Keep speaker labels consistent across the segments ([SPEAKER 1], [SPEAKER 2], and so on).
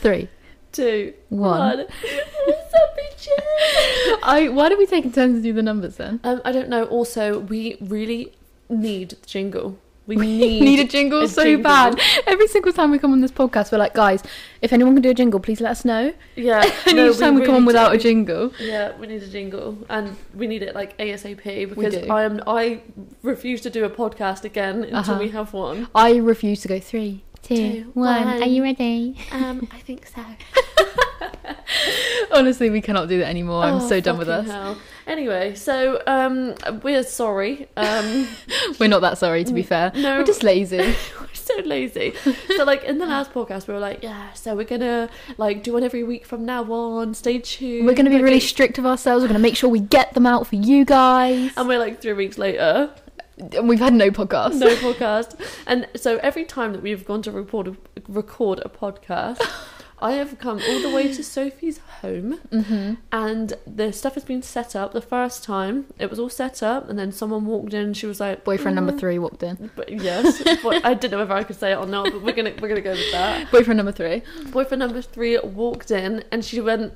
[SPEAKER 1] Three,
[SPEAKER 2] two,
[SPEAKER 1] one.
[SPEAKER 2] one. It's a bitches.
[SPEAKER 1] I. Why do we take turns to do the numbers then?
[SPEAKER 2] Um, I don't know. Also, we really need the jingle. We,
[SPEAKER 1] We
[SPEAKER 2] need,
[SPEAKER 1] need a jingle
[SPEAKER 2] a
[SPEAKER 1] so
[SPEAKER 2] jingle.
[SPEAKER 1] bad. Every single time we come on this podcast, we're like, guys, if anyone can do a jingle, please let us know.
[SPEAKER 2] Yeah.
[SPEAKER 1] And
[SPEAKER 2] no,
[SPEAKER 1] each time we, come
[SPEAKER 2] really
[SPEAKER 1] on without
[SPEAKER 2] do.
[SPEAKER 1] a jingle.
[SPEAKER 2] Yeah, we need a jingle, and we need it like ASAP because
[SPEAKER 1] do.
[SPEAKER 2] I am I refuse to do a podcast again until
[SPEAKER 1] Uh-huh.
[SPEAKER 2] we have one.
[SPEAKER 1] I refuse to go three, two, one.
[SPEAKER 2] Two, one.
[SPEAKER 1] Are you ready?
[SPEAKER 2] Um, I think so.
[SPEAKER 1] Honestly, we cannot do that anymore. Oh, I'm
[SPEAKER 2] Oh,
[SPEAKER 1] so done with us.
[SPEAKER 2] Anyway, so um, we're sorry. Um,
[SPEAKER 1] We're not that sorry, to be fair.
[SPEAKER 2] no,
[SPEAKER 1] We're just lazy.
[SPEAKER 2] we're so lazy. so like in the last podcast, we were like, yeah, so we're gonna like do one every week from now on. Stay tuned.
[SPEAKER 1] We're going to be
[SPEAKER 2] Like,
[SPEAKER 1] really strict of ourselves. We're going to make sure we get them out for you guys.
[SPEAKER 2] and we're like three weeks later,
[SPEAKER 1] And we've had no podcast.
[SPEAKER 2] no podcast. And so every time that we've gone to record a, record a podcast, I have come all the way to Sophie's home,
[SPEAKER 1] Mm-hmm.
[SPEAKER 2] and the stuff has been set up. The first time it was all set up, and then someone walked in, and she was like,
[SPEAKER 1] Boyfriend number
[SPEAKER 2] "Mm,
[SPEAKER 1] three walked in.
[SPEAKER 2] But yes, but I didn't know whether I could say it or not, but we're gonna we're gonna go with that.
[SPEAKER 1] Boyfriend number three.
[SPEAKER 2] Boyfriend number three walked in and she went,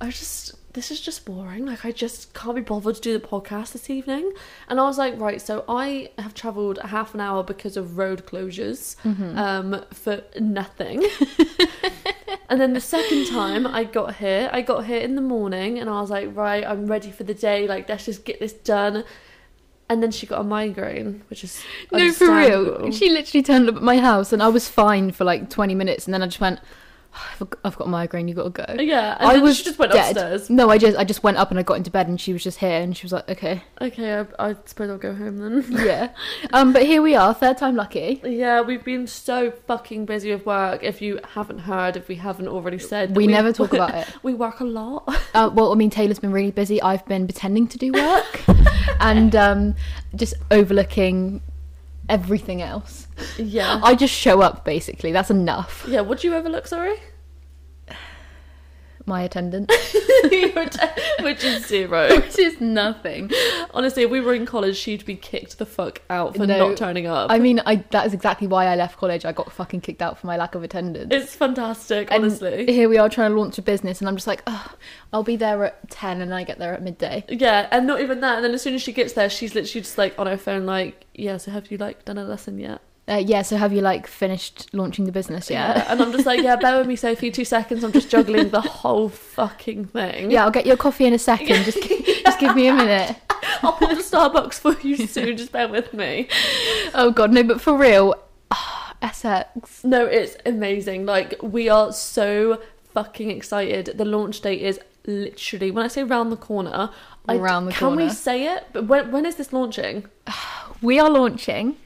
[SPEAKER 2] I just this is just boring. Like I just can't be bothered to do the podcast this evening. And I was like, right, so I have travelled half an hour because of road closures
[SPEAKER 1] Mm-hmm.
[SPEAKER 2] um for nothing. and then the second time I got here, I got here in the morning and I was like, right, I'm ready for the day, like let's just get this done. And then she got a migraine, which is
[SPEAKER 1] no, for real.
[SPEAKER 2] understandable.
[SPEAKER 1] She literally turned up at my house and I was fine for like 20 minutes and then I just went, "Oh, I've got, I've got a migraine, you got to go.
[SPEAKER 2] Yeah, and
[SPEAKER 1] I
[SPEAKER 2] then
[SPEAKER 1] was
[SPEAKER 2] she just went
[SPEAKER 1] dead.
[SPEAKER 2] upstairs.
[SPEAKER 1] No, I just I just went up and I got into bed and she was just here and she was like, okay,
[SPEAKER 2] Okay, I, I suppose I'll go home then.
[SPEAKER 1] yeah. um, but here we are, third time lucky.
[SPEAKER 2] Yeah, we've been so fucking busy with work. If you haven't heard, if we haven't already said,
[SPEAKER 1] We never talk about it.
[SPEAKER 2] We work a lot.
[SPEAKER 1] Uh, well, I mean, Taylor's been really busy. I've been pretending to do work and um, just overlooking everything else.
[SPEAKER 2] Yeah.
[SPEAKER 1] I just show up basically. That's enough.
[SPEAKER 2] yeah, would you overlook, sorry?
[SPEAKER 1] My attendance,
[SPEAKER 2] Which which is zero.
[SPEAKER 1] which is nothing.
[SPEAKER 2] Honestly, if we were in college, she'd be kicked the fuck out for
[SPEAKER 1] No,
[SPEAKER 2] not turning up.
[SPEAKER 1] I mean, I that is exactly why I left college. I got fucking kicked out for my lack of attendance.
[SPEAKER 2] it's fantastic,
[SPEAKER 1] And
[SPEAKER 2] honestly.
[SPEAKER 1] here we are trying to launch a business, and I'm just like, oh, I'll be there at ten, and I get there at midday.
[SPEAKER 2] yeah, and not even that. And then as soon as she gets there, she's literally just like on her phone, like, yeah, so have you like done a lesson yet?
[SPEAKER 1] Uh, yeah, so have you like finished launching the business yet?
[SPEAKER 2] Yeah. And I'm just like, yeah, bear with me, Sophie, two seconds. I'm just juggling the whole fucking thing.
[SPEAKER 1] Yeah, I'll get your coffee in a second. Just, gi- just give me a minute.
[SPEAKER 2] I'll pop to Starbucks for you soon. Just bear with me.
[SPEAKER 1] Oh god, no, but for real, ah, SX.
[SPEAKER 2] No, it's amazing. Like we are so fucking excited. The launch date is literally when I say round the corner. I,
[SPEAKER 1] Round the
[SPEAKER 2] can we
[SPEAKER 1] corner.
[SPEAKER 2] say it? But when when is this launching?
[SPEAKER 1] We are launching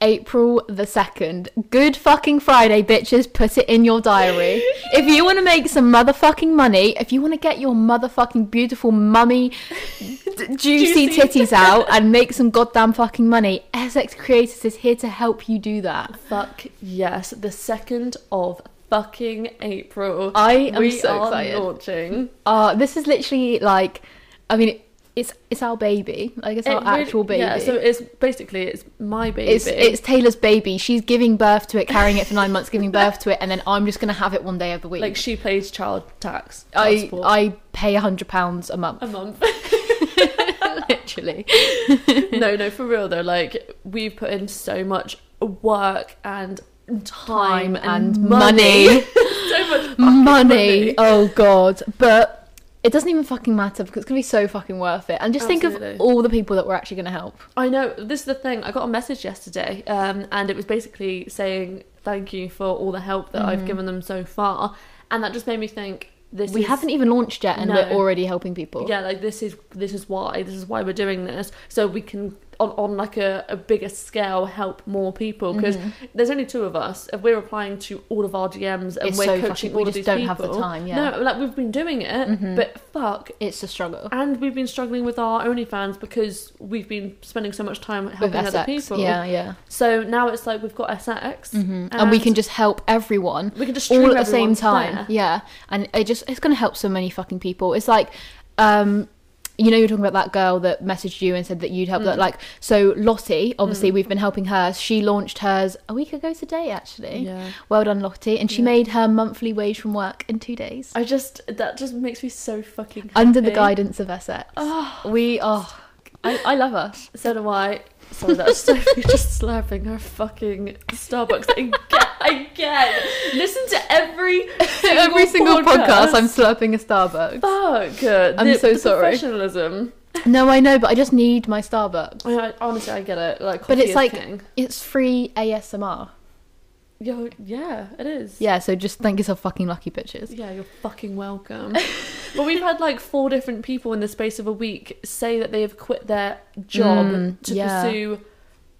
[SPEAKER 1] April the 2nd. Good fucking Friday, bitches. Put it in your diary. if you want to make some motherfucking money, if you want to get your motherfucking beautiful mummy d- juicy
[SPEAKER 2] Juicy.
[SPEAKER 1] titties out and make some goddamn fucking money, SX Creators is here to help you do that.
[SPEAKER 2] Fuck yes, the second of fucking April.
[SPEAKER 1] I am
[SPEAKER 2] we
[SPEAKER 1] so
[SPEAKER 2] are
[SPEAKER 1] excited.
[SPEAKER 2] launching.
[SPEAKER 1] Uh, this is literally like, I mean, it's it's our baby. Like it's
[SPEAKER 2] It
[SPEAKER 1] our
[SPEAKER 2] really-
[SPEAKER 1] actual baby.
[SPEAKER 2] Yeah, so it's basically it's my baby.
[SPEAKER 1] it's it's Taylor's baby. She's giving birth to it, carrying it for nine months, giving birth to it, and then I'm just gonna have it one day of the week.
[SPEAKER 2] like she pays child tax. child
[SPEAKER 1] I
[SPEAKER 2] support
[SPEAKER 1] I pay a hundred pounds a month,
[SPEAKER 2] a month.
[SPEAKER 1] literally.
[SPEAKER 2] no, no, for real though. Like we've put in so much work and time,
[SPEAKER 1] Time and money,
[SPEAKER 2] so much fucking
[SPEAKER 1] money.
[SPEAKER 2] money.
[SPEAKER 1] Oh god, but it doesn't even fucking matter because it's gonna be so fucking worth it. And just think of
[SPEAKER 2] Absolutely.
[SPEAKER 1] all the people that we're actually gonna help.
[SPEAKER 2] I know. This is the thing. I got a message yesterday, um, and it was basically saying thank you for all the help
[SPEAKER 1] Mm.
[SPEAKER 2] that I've given them so far, and that just made me think. This
[SPEAKER 1] we
[SPEAKER 2] is,
[SPEAKER 1] haven't even launched yet, and
[SPEAKER 2] No.
[SPEAKER 1] we're already helping people.
[SPEAKER 2] Yeah, like this is this is why this is why we're doing this so we can on, on like a, a bigger scale help more people because
[SPEAKER 1] Mm-hmm.
[SPEAKER 2] there's only two of us if we're replying to all of our DMs and
[SPEAKER 1] It's
[SPEAKER 2] we're
[SPEAKER 1] so
[SPEAKER 2] coaching
[SPEAKER 1] fucking- we
[SPEAKER 2] all of
[SPEAKER 1] just
[SPEAKER 2] these
[SPEAKER 1] don't have the
[SPEAKER 2] people-
[SPEAKER 1] time, yeah. Mm-hmm.
[SPEAKER 2] no, like we've been doing it, but fuck.
[SPEAKER 1] It's a struggle.
[SPEAKER 2] And we've been struggling with our OnlyFans because we've been spending so much time
[SPEAKER 1] With
[SPEAKER 2] helping other
[SPEAKER 1] SX,
[SPEAKER 2] people.
[SPEAKER 1] yeah, yeah, Mm-hmm.
[SPEAKER 2] So now it's like we've got SX,
[SPEAKER 1] and, we can just help everyone.
[SPEAKER 2] we can just
[SPEAKER 1] all
[SPEAKER 2] stream
[SPEAKER 1] at the same
[SPEAKER 2] everyone's
[SPEAKER 1] time.
[SPEAKER 2] there.
[SPEAKER 1] Yeah, and it just it's gonna help so many fucking people. It's like, um, you know you're talking about that girl that messaged you and said that you'd help
[SPEAKER 2] Mm.
[SPEAKER 1] that like so Lottie obviously we've been helping her she launched hers a week ago today actually
[SPEAKER 2] Yeah.
[SPEAKER 1] well done Lottie and she
[SPEAKER 2] Yeah.
[SPEAKER 1] made her monthly wage from work in two days
[SPEAKER 2] I just that just makes me so fucking
[SPEAKER 1] under the
[SPEAKER 2] happy. Ah.
[SPEAKER 1] guidance of SX we oh I, I love her
[SPEAKER 2] So do I. Sorry, that's Sophie just slapping her fucking Starbucks again. again. Listen to every single
[SPEAKER 1] every single podcast,
[SPEAKER 2] podcast. Oh.
[SPEAKER 1] I'm slurping a Starbucks
[SPEAKER 2] fuck. I'm
[SPEAKER 1] so sorry.
[SPEAKER 2] Professionalism.
[SPEAKER 1] no I know but I just need my Starbucks
[SPEAKER 2] I, I- honestly, I get it. Like,
[SPEAKER 1] but
[SPEAKER 2] coffee
[SPEAKER 1] it's
[SPEAKER 2] is
[SPEAKER 1] like
[SPEAKER 2] king.
[SPEAKER 1] it's free ASMR
[SPEAKER 2] Yo, yeah, it is.
[SPEAKER 1] yeah so just thank yourself fucking lucky bitches
[SPEAKER 2] Yeah, you're fucking welcome. but we've had like four different people in the space of a week say that they have quit their job
[SPEAKER 1] Mm,
[SPEAKER 2] to
[SPEAKER 1] yeah.
[SPEAKER 2] pursue,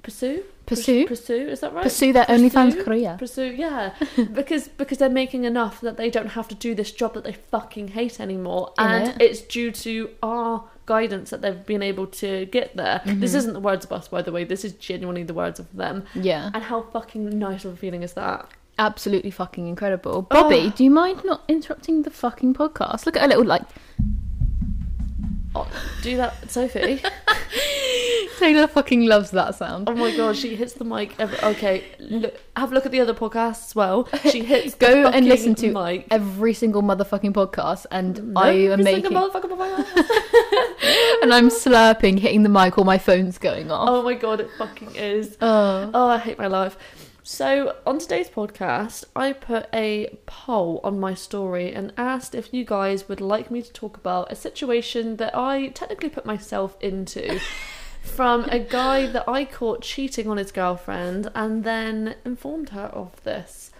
[SPEAKER 2] pursue,
[SPEAKER 1] pursue
[SPEAKER 2] pursue. Is that right?
[SPEAKER 1] pursue their
[SPEAKER 2] Pursue?
[SPEAKER 1] OnlyFans career
[SPEAKER 2] pursue yeah because because they're making enough that they don't have to do this job that they fucking hate anymore
[SPEAKER 1] In
[SPEAKER 2] and
[SPEAKER 1] it.
[SPEAKER 2] it's due to our guidance that they've been able to get there
[SPEAKER 1] Mm-hmm.
[SPEAKER 2] this isn't the words of us by the way this is genuinely the words of them
[SPEAKER 1] yeah
[SPEAKER 2] and how fucking nice of a feeling is that
[SPEAKER 1] absolutely fucking incredible. Bobby,
[SPEAKER 2] Ugh.
[SPEAKER 1] do you mind not interrupting the fucking podcast? Look at her little like
[SPEAKER 2] oh, do that sophie
[SPEAKER 1] Taylor fucking loves that sound.
[SPEAKER 2] oh my god she hits the mic every- okay look, have a look at the other podcasts as well she hits the
[SPEAKER 1] Go and
[SPEAKER 2] fucking
[SPEAKER 1] listen to
[SPEAKER 2] mic
[SPEAKER 1] Every single motherfucking podcast, and
[SPEAKER 2] No,
[SPEAKER 1] I am
[SPEAKER 2] every single
[SPEAKER 1] making
[SPEAKER 2] motherfucking podcast.
[SPEAKER 1] and I'm slurping, hitting the mic, or my phone's going off.
[SPEAKER 2] oh my god it fucking is
[SPEAKER 1] Oh.
[SPEAKER 2] Oh, I hate my life. So, on today's podcast, I put a poll on my story and asked if you guys would like me to talk about a situation that I technically put myself into from a guy that I caught cheating on his girlfriend and then informed her of this.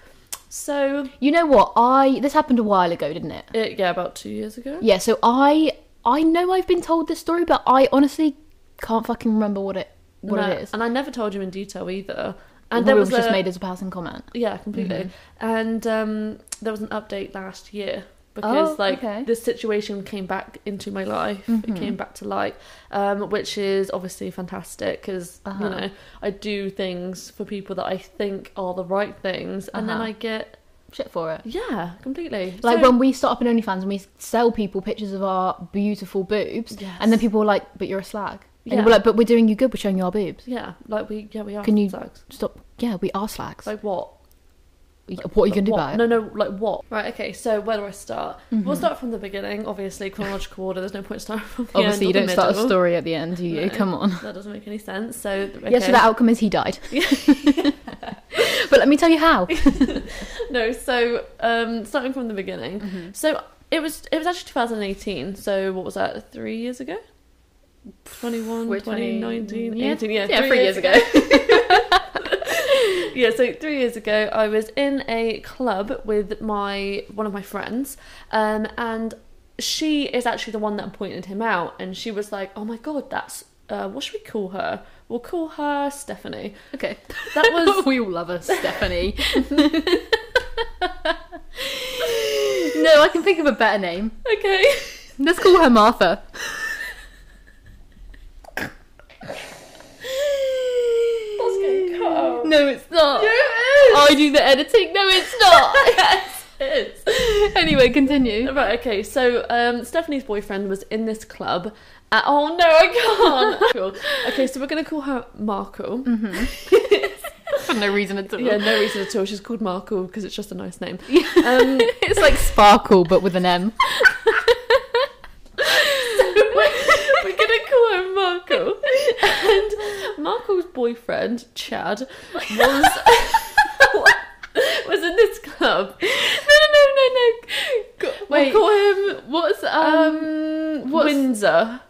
[SPEAKER 2] So,
[SPEAKER 1] You know what? I this happened a while ago, didn't it?
[SPEAKER 2] it, yeah, about two years ago.
[SPEAKER 1] Yeah. So I I know I've been told this story, but I honestly can't fucking remember what it what
[SPEAKER 2] No,
[SPEAKER 1] it is.
[SPEAKER 2] And I never told you in detail either.
[SPEAKER 1] And
[SPEAKER 2] And
[SPEAKER 1] it
[SPEAKER 2] there
[SPEAKER 1] was
[SPEAKER 2] was
[SPEAKER 1] just
[SPEAKER 2] a-
[SPEAKER 1] made as a passing comment.
[SPEAKER 2] Yeah, completely.
[SPEAKER 1] Mm-hmm.
[SPEAKER 2] And um, there was an update last year because
[SPEAKER 1] Oh,
[SPEAKER 2] like
[SPEAKER 1] okay. Mm-hmm.
[SPEAKER 2] this situation came back into my life. It came back to light, um, which is obviously fantastic because
[SPEAKER 1] Uh-huh.
[SPEAKER 2] you know I do things for people that I think are the right things, and then
[SPEAKER 1] Uh-huh.
[SPEAKER 2] I get
[SPEAKER 1] Shit for it.
[SPEAKER 2] yeah, completely.
[SPEAKER 1] Like
[SPEAKER 2] So-
[SPEAKER 1] when we start up an OnlyFans and we sell people pictures of our beautiful boobs,
[SPEAKER 2] Yes.
[SPEAKER 1] and then people are like, "But you're a slag," and
[SPEAKER 2] Yeah.
[SPEAKER 1] we're like, "But we're doing you good. We're showing you our boobs."
[SPEAKER 2] yeah, like we yeah we are
[SPEAKER 1] Can you-
[SPEAKER 2] slags.
[SPEAKER 1] Stop. Yeah, we are slags.
[SPEAKER 2] like what
[SPEAKER 1] what are you gonna do
[SPEAKER 2] What?
[SPEAKER 1] about it? Mm-hmm.
[SPEAKER 2] No, no, like what? Right, okay, so where do I start? We'll start from the beginning, obviously, chronological order, there's no point starting from the
[SPEAKER 1] Obviously, you
[SPEAKER 2] end or
[SPEAKER 1] don't
[SPEAKER 2] the
[SPEAKER 1] start a
[SPEAKER 2] middle.
[SPEAKER 1] story at the end, do you?
[SPEAKER 2] No.
[SPEAKER 1] Come on.
[SPEAKER 2] That doesn't make any sense, so. Okay.
[SPEAKER 1] Yeah. So the outcome is he died. but let me tell you how.
[SPEAKER 2] no, so um, starting from the beginning. So it was it was actually 2018. So what was that? Three years ago. 21,
[SPEAKER 1] We're
[SPEAKER 2] 20, 19,
[SPEAKER 1] yeah.
[SPEAKER 2] 18, yeah,
[SPEAKER 1] Yeah, three years ago.
[SPEAKER 2] yeah, so three years ago, I was in a club with my one of my friends, um, and she is actually the one that pointed him out, and she was like, "Oh my god, that's uh, what should we call her? We'll call her Stephanie."
[SPEAKER 1] Okay.
[SPEAKER 2] That was
[SPEAKER 1] we all love her, Stephanie. no, I can think of a better name.
[SPEAKER 2] okay.
[SPEAKER 1] Let's call her Martha.
[SPEAKER 2] That's getting cut out.
[SPEAKER 1] No, it's not. I do the editing. No, it's
[SPEAKER 2] Oh, yes, it is.
[SPEAKER 1] not. anyway, continue.
[SPEAKER 2] Right, okay, so um, Stephanie's boyfriend was in this club. Uh, oh no, I can't! Cool. Okay, so we're gonna call her Marco.
[SPEAKER 1] For no reason at all.
[SPEAKER 2] Yeah, no reason at all. She's called Marco because it's just a nice name. Um,
[SPEAKER 1] It's like sparkle, but with an M.
[SPEAKER 2] we're gonna call her Marco. And Marco's boyfriend, Chad, was was in this club. No, no, no, no, no.
[SPEAKER 1] Wait.
[SPEAKER 2] Wait, we'll call him
[SPEAKER 1] What's
[SPEAKER 2] um, Windsor.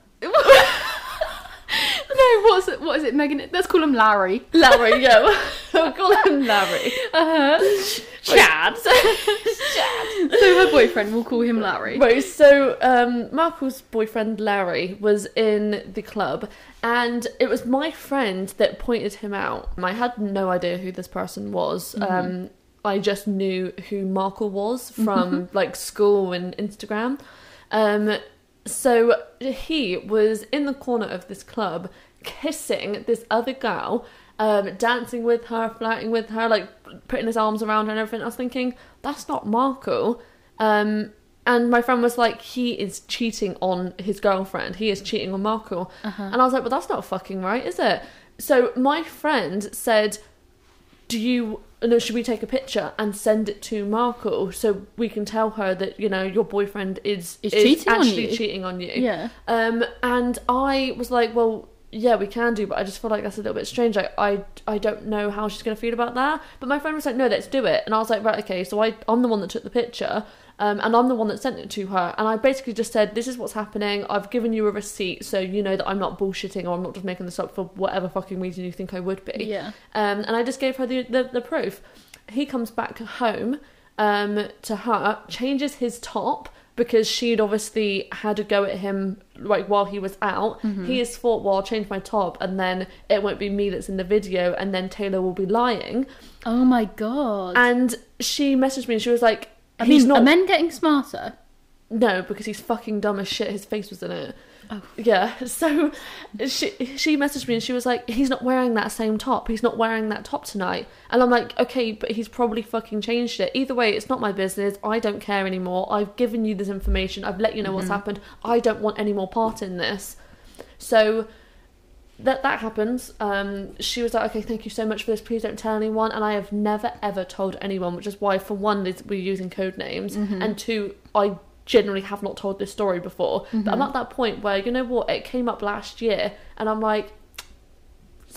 [SPEAKER 1] no? What's it, what is it, Megan? Let's call him Larry.
[SPEAKER 2] Larry, yeah. we'll call him Larry.
[SPEAKER 1] Uh huh.
[SPEAKER 2] Uh-huh. Chad.
[SPEAKER 1] So her boyfriend, we'll call him Larry.
[SPEAKER 2] Right, so um, Marco's boyfriend Larry was in the club, and it was my friend that pointed him out. I had no idea who this person was. Um, I just knew who Marco was from like school and Instagram. Um, so he was in the corner of this club, kissing this other girl, um, dancing with her, flirting with her, like putting his arms around her and everything. I was thinking that's not Marco. Um, And my friend was like, he is cheating on his girlfriend. He is cheating on Markle.
[SPEAKER 1] Uh-huh.
[SPEAKER 2] And I was like, well, that's not fucking right, is it? So my friend said, do you, no, should we take a picture and send it to Markle so we can tell her that, you know, your boyfriend is,
[SPEAKER 1] Is cheating on
[SPEAKER 2] actually
[SPEAKER 1] you."
[SPEAKER 2] cheating on you?
[SPEAKER 1] Yeah.
[SPEAKER 2] Um, and I was like, well, yeah, we can do, but I just feel like that's a little bit strange. Like, I, I don't know how she's gonna feel about that. But my friend was like, no, let's do it. And I was like, right, okay. So I, I'm the one that took the picture, um, and I'm the one that sent it to her. And I basically just said, this is what's happening. I've given you a receipt, so you know that I'm not bullshitting or I'm not just making this up for whatever fucking reason you think I would be.
[SPEAKER 1] Yeah.
[SPEAKER 2] Um, and I just gave her the, the, the proof. He comes back home um, to her, changes his top because she'd obviously had a go at him like while he was out.
[SPEAKER 1] Mm-hmm.
[SPEAKER 2] He is thought, well, I'll change my top and then it won't be me that's in the video and then Taylor will be lying.
[SPEAKER 1] Oh my god.
[SPEAKER 2] And she messaged me and she was like,
[SPEAKER 1] I
[SPEAKER 2] he's
[SPEAKER 1] mean,
[SPEAKER 2] not
[SPEAKER 1] are men getting smarter?
[SPEAKER 2] no, because he's fucking dumb as shit. His face was in it.
[SPEAKER 1] Oh.
[SPEAKER 2] Yeah. So she she messaged me and she was like, "He's not wearing that same top. He's not wearing that top tonight." And I'm like, "Okay, but he's probably fucking changed it. Either way, it's not my business. I don't care anymore. I've given you this information. I've let you know what's happened. I don't want any more part in this." So that that happens. Um, she was like, "Okay, thank you so much for this. Please don't tell anyone." And I have never ever told anyone, which is why, for one, is we're using code names, and two, I generally have not told this story before. But I'm at that point where you know what? It came up last year, and I'm like,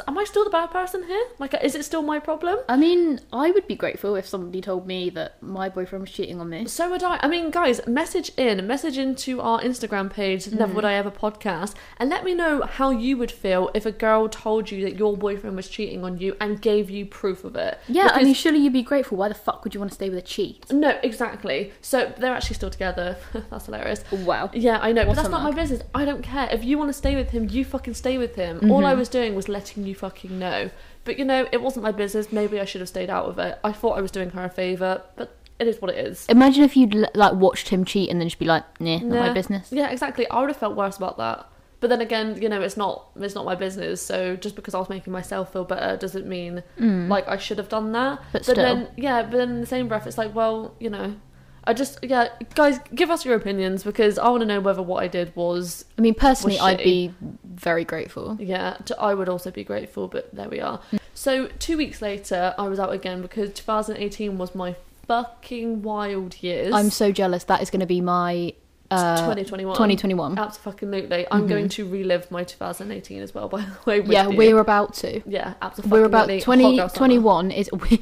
[SPEAKER 2] "Am I still the bad person here? Like, is it still my problem?"
[SPEAKER 1] I mean, I would be grateful if somebody told me that my boyfriend was cheating on me.
[SPEAKER 2] So would I. I mean, guys, message in, message into our Instagram page, Never Would I Ever Podcast, and let me know how you would feel if a girl told you that your boyfriend was cheating on you and gave you proof of it.
[SPEAKER 1] Yeah, I
[SPEAKER 2] Because-
[SPEAKER 1] mean, surely you'd be grateful. Why the fuck would you want to stay with a cheat?
[SPEAKER 2] no, exactly. So they're actually still together. That's hilarious.
[SPEAKER 1] Wow.
[SPEAKER 2] Yeah, I know,
[SPEAKER 1] What
[SPEAKER 2] but that's
[SPEAKER 1] a
[SPEAKER 2] not my
[SPEAKER 1] mug.
[SPEAKER 2] business. I don't care. If you want to stay with him, you fucking stay with him. All I was doing was letting you fucking know. But you know, it wasn't my business. Maybe I should have stayed out of it. I thought I was doing her a favour, but it is what it is.
[SPEAKER 1] Imagine if you'd l- like watched him cheat and then just be like, "Nah, not my
[SPEAKER 2] Nah.
[SPEAKER 1] business."
[SPEAKER 2] Yeah, exactly. I would have felt worse about that. But then again, you know, it's not it's not my business. So just because I was making myself feel better doesn't mean like I should have done that.
[SPEAKER 1] Hmm. But Mm-hmm. still.
[SPEAKER 2] then yeah, but then in the same breath it's like, well, you know, I just yeah, guys, give us your opinions because I want to know whether what I did was
[SPEAKER 1] I mean, personally,
[SPEAKER 2] Was
[SPEAKER 1] I'd
[SPEAKER 2] shitty.
[SPEAKER 1] be very grateful.
[SPEAKER 2] yeah, to, I would also be grateful, but there we are.
[SPEAKER 1] Mm.
[SPEAKER 2] So two weeks later, I was out again because 2018 was my fucking wild years.
[SPEAKER 1] I'm so jealous. That is going to be my uh,
[SPEAKER 2] 2021.
[SPEAKER 1] 2021.
[SPEAKER 2] Absolutely. I'm going to relive my 2018 as well, by the way. with
[SPEAKER 1] Mm-hmm. yeah,
[SPEAKER 2] you.
[SPEAKER 1] we're about to.
[SPEAKER 2] Yeah, absolutely.
[SPEAKER 1] We're about 20, 21 is. We,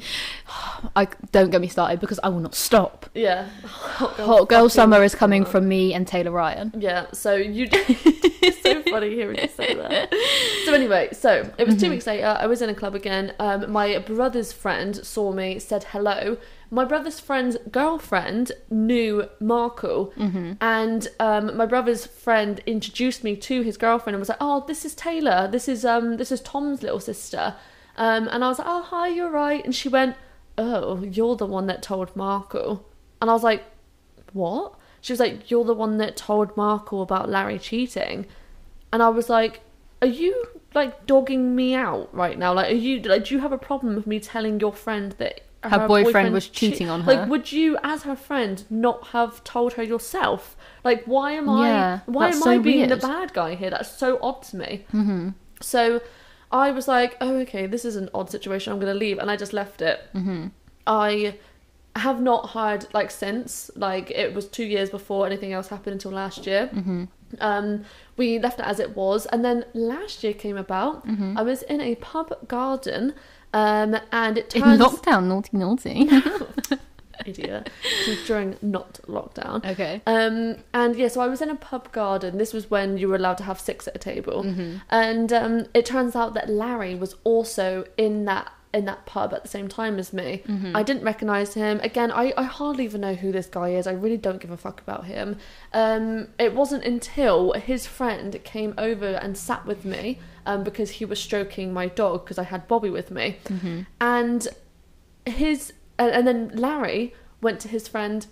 [SPEAKER 1] I don't get me started because I will not stop.
[SPEAKER 2] Yeah. Hot
[SPEAKER 1] Hot girl
[SPEAKER 2] fucking
[SPEAKER 1] summer is coming
[SPEAKER 2] summer.
[SPEAKER 1] from me and Taylor Ryan.
[SPEAKER 2] Yeah, so you. it's so funny hearing you say that. So anyway, so it was
[SPEAKER 1] Mm-hmm.
[SPEAKER 2] 2 weeks later. I was in a club again. Um, my brother's friend saw me, said hello. My brother's friend's girlfriend knew Markle, and um, my brother's friend introduced me to his girlfriend and was like, "Oh, this is Taylor. This is um, this is Tom's little sister." Um, and I was like, "Oh, hi, you're right." And she went, "Oh, you're the one that told Markle," and I was like what? She was like, You're the one that told Markle about Larry cheating. And I was like, Are you like dogging me out right now? Like, are you like, do you have a problem with me telling your friend that
[SPEAKER 1] Her boyfriend was cheating on her?
[SPEAKER 2] Like, would you, as her friend, not have told her yourself? Like, why am I,
[SPEAKER 1] Yeah,
[SPEAKER 2] why am
[SPEAKER 1] that's
[SPEAKER 2] I
[SPEAKER 1] so
[SPEAKER 2] being the
[SPEAKER 1] weird.
[SPEAKER 2] bad guy here? That's so odd to me.
[SPEAKER 1] Mm-hmm.
[SPEAKER 2] So I was like, oh, okay, this is an odd situation. I'm going to leave. And I just left it. Mm-hmm. I have not heard, like, since. Like, it was two years before anything else happened until last year. Mm-hmm. Um, we left it as it was. And then last year came about. I was in a pub garden. Um, and it
[SPEAKER 1] In
[SPEAKER 2] turns...
[SPEAKER 1] lockdown, naughty, naughty.
[SPEAKER 2] Idiot. This was during not lockdown.
[SPEAKER 1] okay.
[SPEAKER 2] Um, and yeah, so I was in a pub garden. This was when you were allowed to have six at a table,
[SPEAKER 1] Mm. Mm-hmm.
[SPEAKER 2] and um, it turns out that Larry was also in that in that pub at the same time as me.
[SPEAKER 1] Mm-hmm. Mm.
[SPEAKER 2] I didn't recognize him. Again, I, I hardly even know who this guy is. I really don't give a fuck about him. Um, it wasn't until his friend came over and sat with me um, because he was stroking my dog because I had Bobby with me,
[SPEAKER 1] Mm-hmm.
[SPEAKER 2] and his and, and then Larry went to his friend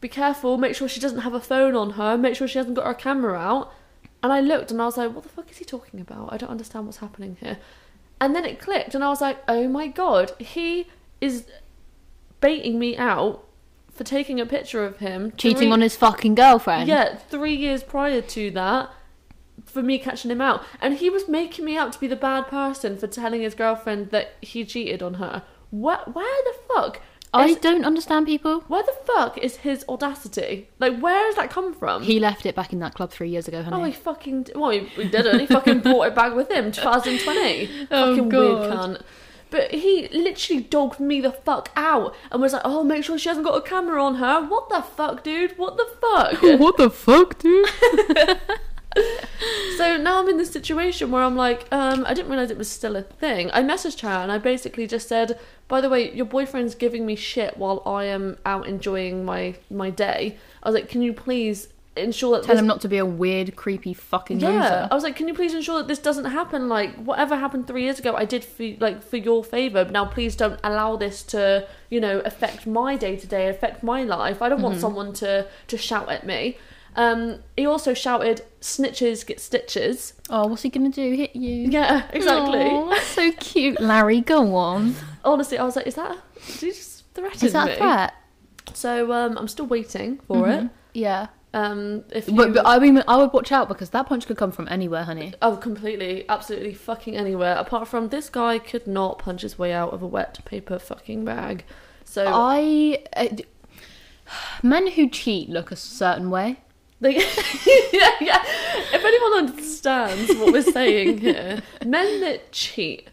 [SPEAKER 2] be careful, make sure she doesn't have a phone on her, make sure she hasn't got her camera out. And I looked and I was like, what the fuck is he talking about? I don't understand what's happening here. And then it clicked and I was like, oh my god, he is baiting me out for taking a picture of him.
[SPEAKER 1] Cheating
[SPEAKER 2] three-
[SPEAKER 1] on his fucking girlfriend.
[SPEAKER 2] Yeah, three years prior to that, for me catching him out. And he was making me out to be the bad person for telling his girlfriend that he cheated on her. Where, where the fuck?
[SPEAKER 1] I
[SPEAKER 2] is-
[SPEAKER 1] don't understand people.
[SPEAKER 2] where the fuck is his audacity? Like, where has that come from?
[SPEAKER 1] He left it back in that club three years ago, honey.
[SPEAKER 2] Oh, he fucking. d- Well, he, he didn't. He fucking brought it back with him. 2020.
[SPEAKER 1] Oh,
[SPEAKER 2] fucking weird
[SPEAKER 1] God.
[SPEAKER 2] cunt. But he literally dogged me the fuck out and was like, oh, make sure she hasn't got a camera on her. What the fuck, dude? What the fuck?
[SPEAKER 1] what the fuck, dude?
[SPEAKER 2] so now I'm in this situation where I'm like, um, I didn't realize it was still a thing. I messaged her and I basically just said, by the way, your boyfriend's giving me shit while I am out enjoying my my day. I was like, can you please ensure that
[SPEAKER 1] Tell
[SPEAKER 2] this
[SPEAKER 1] him not to be a weird, creepy fucking
[SPEAKER 2] yeah,
[SPEAKER 1] loser.
[SPEAKER 2] I was like, can you please ensure that this doesn't happen? Like, whatever happened three years ago, I did for like for your favor. But now, please don't allow this to, you know, affect my day to day, affect my life. I don't
[SPEAKER 1] Mm-hmm.
[SPEAKER 2] want someone to to shout at me. Um, he also shouted, "Snitches get stitches."
[SPEAKER 1] Oh, what's he gonna do? Hit you?
[SPEAKER 2] Yeah, exactly.
[SPEAKER 1] Aw, that's so cute, Larry. Go on.
[SPEAKER 2] Honestly, I was like, "Is that? Did you just threaten
[SPEAKER 1] Is that
[SPEAKER 2] me?"
[SPEAKER 1] a threat?
[SPEAKER 2] So um, I'm still waiting for it.
[SPEAKER 1] Yeah.
[SPEAKER 2] Um, if you,
[SPEAKER 1] But, uh, but I mean, I would watch out because that punch could come from anywhere, honey.
[SPEAKER 2] Oh, completely, absolutely fucking anywhere. Apart from this guy could not punch his way out of a wet paper fucking bag. So
[SPEAKER 1] I. Uh, d- men who cheat look a certain way.
[SPEAKER 2] they, yeah, yeah. If anyone understands what we're saying here, men that cheat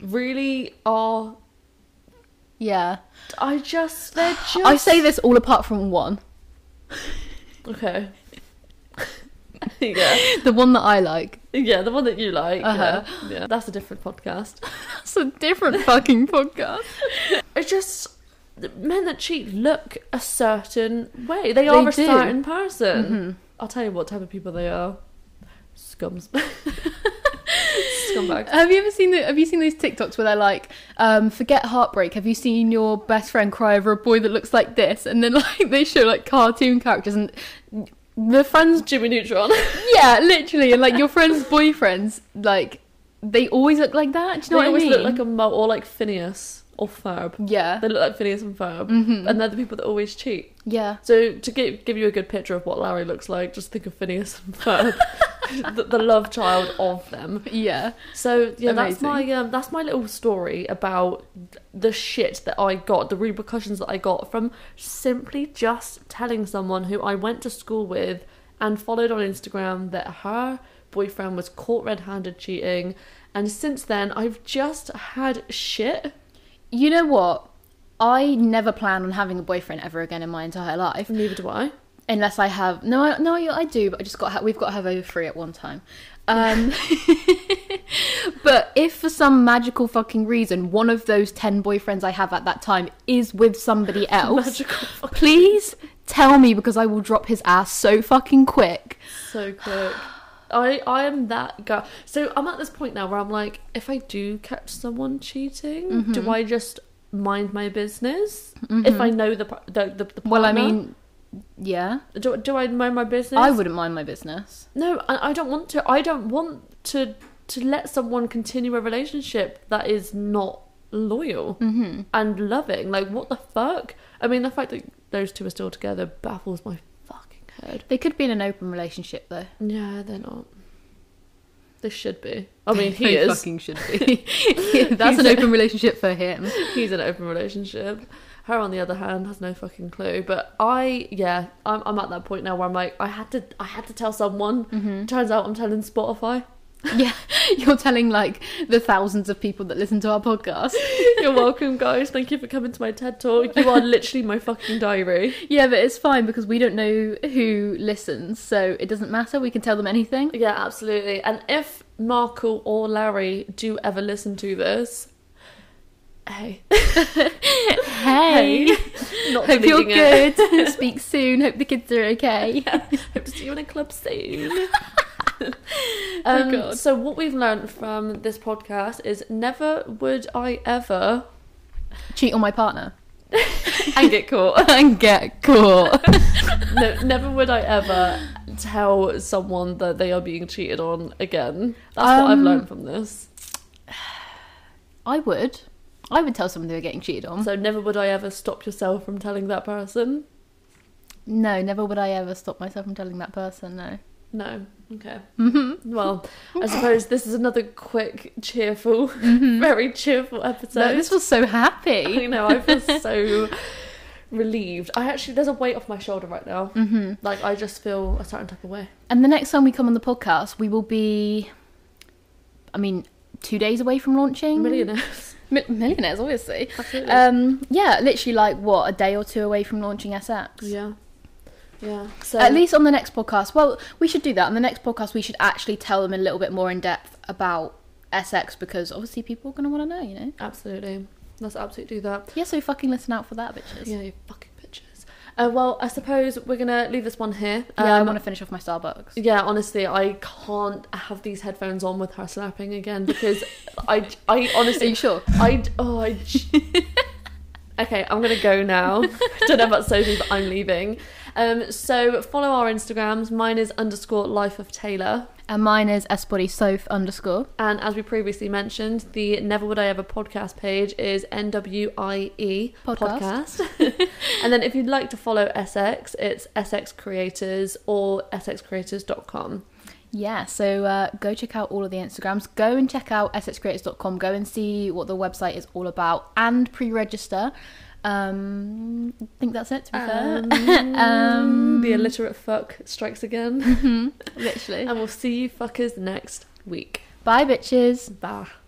[SPEAKER 2] really are.
[SPEAKER 1] Yeah.
[SPEAKER 2] I just they're just.
[SPEAKER 1] I say this all apart from one.
[SPEAKER 2] Okay. yeah,
[SPEAKER 1] The one that I like.
[SPEAKER 2] yeah, the one that you like.
[SPEAKER 1] Uh-huh.
[SPEAKER 2] Yeah, yeah, that's a different podcast.
[SPEAKER 1] That's a different fucking podcast.
[SPEAKER 2] It's just the men that cheat look a certain way. They
[SPEAKER 1] They
[SPEAKER 2] are a
[SPEAKER 1] do. Mm-hmm.
[SPEAKER 2] certain person. I'll tell you what type of people they are. Scums. Scumbags.
[SPEAKER 1] Have you ever seen the, Have you seen those TikToks where they're like, um, "Forget heartbreak"? Have you seen your best friend cry over a boy that looks like this? And then like they show like cartoon characters and the friends
[SPEAKER 2] Jimmy Neutron.
[SPEAKER 1] Yeah, literally, and like your friends' boyfriends, like they always look like that. Do
[SPEAKER 2] they
[SPEAKER 1] you know what
[SPEAKER 2] always
[SPEAKER 1] I mean?
[SPEAKER 2] look like a mo or like Phineas or Ferb.
[SPEAKER 1] yeah,
[SPEAKER 2] They look like Phineas and Ferb.
[SPEAKER 1] Mhm.
[SPEAKER 2] And they're the people that always cheat.
[SPEAKER 1] yeah.
[SPEAKER 2] So to give give you a good picture of what Larry looks like, just think of Phineas and Ferb. the, the love child of them.
[SPEAKER 1] Yeah,
[SPEAKER 2] So yeah, that's
[SPEAKER 1] Amazing.
[SPEAKER 2] my um, that's my little story about the shit that I got, the repercussions that I got from simply just telling someone who I went to school with and followed on Instagram that her boyfriend was caught red-handed cheating, and since then I've just had shit.
[SPEAKER 1] you know what? I never plan on having a boyfriend ever again in my entire life,
[SPEAKER 2] Neither do I.
[SPEAKER 1] unless I have. No, I, no, I, I do, but I just got. Ha- we've got to have over three at one time. Um, but if for some magical fucking reason one of those ten boyfriends I have at that time is with somebody else,
[SPEAKER 2] Magical fucking-
[SPEAKER 1] please tell me because I will drop his ass so fucking quick.
[SPEAKER 2] so quick. I I am that girl. So I'm at this point now where I'm like, if I do catch someone cheating, do I just mind my business? If I know the par- the the, the partner,
[SPEAKER 1] Mm-hmm. Well, I mean, yeah.
[SPEAKER 2] do, do I mind my business?
[SPEAKER 1] I wouldn't mind my business.
[SPEAKER 2] No, I, I don't want to. I don't want to to let someone continue a relationship that is not loyal and loving. Like what the fuck? I mean, the fact that those two are still together baffles my fucking head.
[SPEAKER 1] They could be in an open relationship though.
[SPEAKER 2] Yeah, they're not. They should be. I mean, he is.
[SPEAKER 1] fucking should be. That's an
[SPEAKER 2] He's-
[SPEAKER 1] open relationship for him.
[SPEAKER 2] He's in an open relationship. Her, on the other hand, has no fucking clue. But I, yeah, I'm, I'm at that point now where I'm like, I had to, I had to tell someone. Turns out I'm telling Spotify.
[SPEAKER 1] Yeah, you're telling like the thousands of people that listen to our podcast.
[SPEAKER 2] You're welcome, guys. Thank you for coming to my TED talk. You are literally my fucking diary.
[SPEAKER 1] Yeah, but it's fine because we don't know who listens, so it doesn't matter. We can tell them anything.
[SPEAKER 2] Yeah, absolutely. And if Markle or Larry do ever listen to this, hey,
[SPEAKER 1] Hey,
[SPEAKER 2] not
[SPEAKER 1] hope you're
[SPEAKER 2] deleting it.
[SPEAKER 1] good. Speak soon. Hope the kids are okay.
[SPEAKER 2] Hope to see you in a club soon.
[SPEAKER 1] Oh,
[SPEAKER 2] um,
[SPEAKER 1] God.
[SPEAKER 2] so what we've learned from this podcast is never would I ever
[SPEAKER 1] Cheat on my partner
[SPEAKER 2] and get caught.
[SPEAKER 1] and get caught.
[SPEAKER 2] No, never would I ever tell someone that they are being cheated on again. That's what I've
[SPEAKER 1] Um,
[SPEAKER 2] learned from this.
[SPEAKER 1] I would. I would tell someone they were getting cheated on.
[SPEAKER 2] So never would I ever stop yourself from telling that person.
[SPEAKER 1] No, never would I ever stop myself from telling that person. No.
[SPEAKER 2] No. Okay.
[SPEAKER 1] Mhm.
[SPEAKER 2] Well, I suppose this is another quick, cheerful, very cheerful episode.
[SPEAKER 1] no, this was so happy.
[SPEAKER 2] You know, I feel so relieved. I actually, there's a weight off my shoulder right now.
[SPEAKER 1] hmm
[SPEAKER 2] Like, I just feel a certain type of way.
[SPEAKER 1] And the next time we come on the podcast, we will be, I mean, two days away from launching.
[SPEAKER 2] Millionaires.
[SPEAKER 1] Mi- millionaires, obviously.
[SPEAKER 2] Absolutely.
[SPEAKER 1] Um, yeah, literally like what a day or two away from launching SX.
[SPEAKER 2] yeah. Yeah. So,
[SPEAKER 1] At least on the next podcast. Well, we should do that. On the next podcast, we should actually tell them a little bit more in depth about SX because obviously people are going to want to know, you know?
[SPEAKER 2] Absolutely. Let's absolutely do that.
[SPEAKER 1] Yeah, so fucking listen out for that, bitches.
[SPEAKER 2] Yeah, you fucking bitches. Uh, well, I suppose we're gonna leave this one here.
[SPEAKER 1] Yeah, I
[SPEAKER 2] Um,
[SPEAKER 1] want to finish off my Starbucks.
[SPEAKER 2] Yeah, honestly, I can't have these headphones on with her slapping again because I, I
[SPEAKER 1] Are you
[SPEAKER 2] honestly,
[SPEAKER 1] sure?
[SPEAKER 2] I, oh, I. okay, I'm gonna go now. Don't know about Sophie, but I'm leaving. Um, so follow our Instagrams. Mine is underscore life of Taylor,
[SPEAKER 1] And mine is sbodysof underscore.
[SPEAKER 2] and as we previously mentioned, the Never Would I Ever podcast page is NWIE
[SPEAKER 1] Podcast.
[SPEAKER 2] E podcast. and then if you'd like to follow SX, it's SX Creators or SXCreators.com.
[SPEAKER 1] Yeah, so uh, go check out all of the Instagrams. Go and check out sxcreators.com. Go and see what the website is all about and pre register. Um, I think that's it, to be fair.
[SPEAKER 2] Um,
[SPEAKER 1] Uh, Um,
[SPEAKER 2] the illiterate fuck strikes again.
[SPEAKER 1] Literally.
[SPEAKER 2] um, and we'll see you fuckers next week.
[SPEAKER 1] Bye, bitches.
[SPEAKER 2] Bye.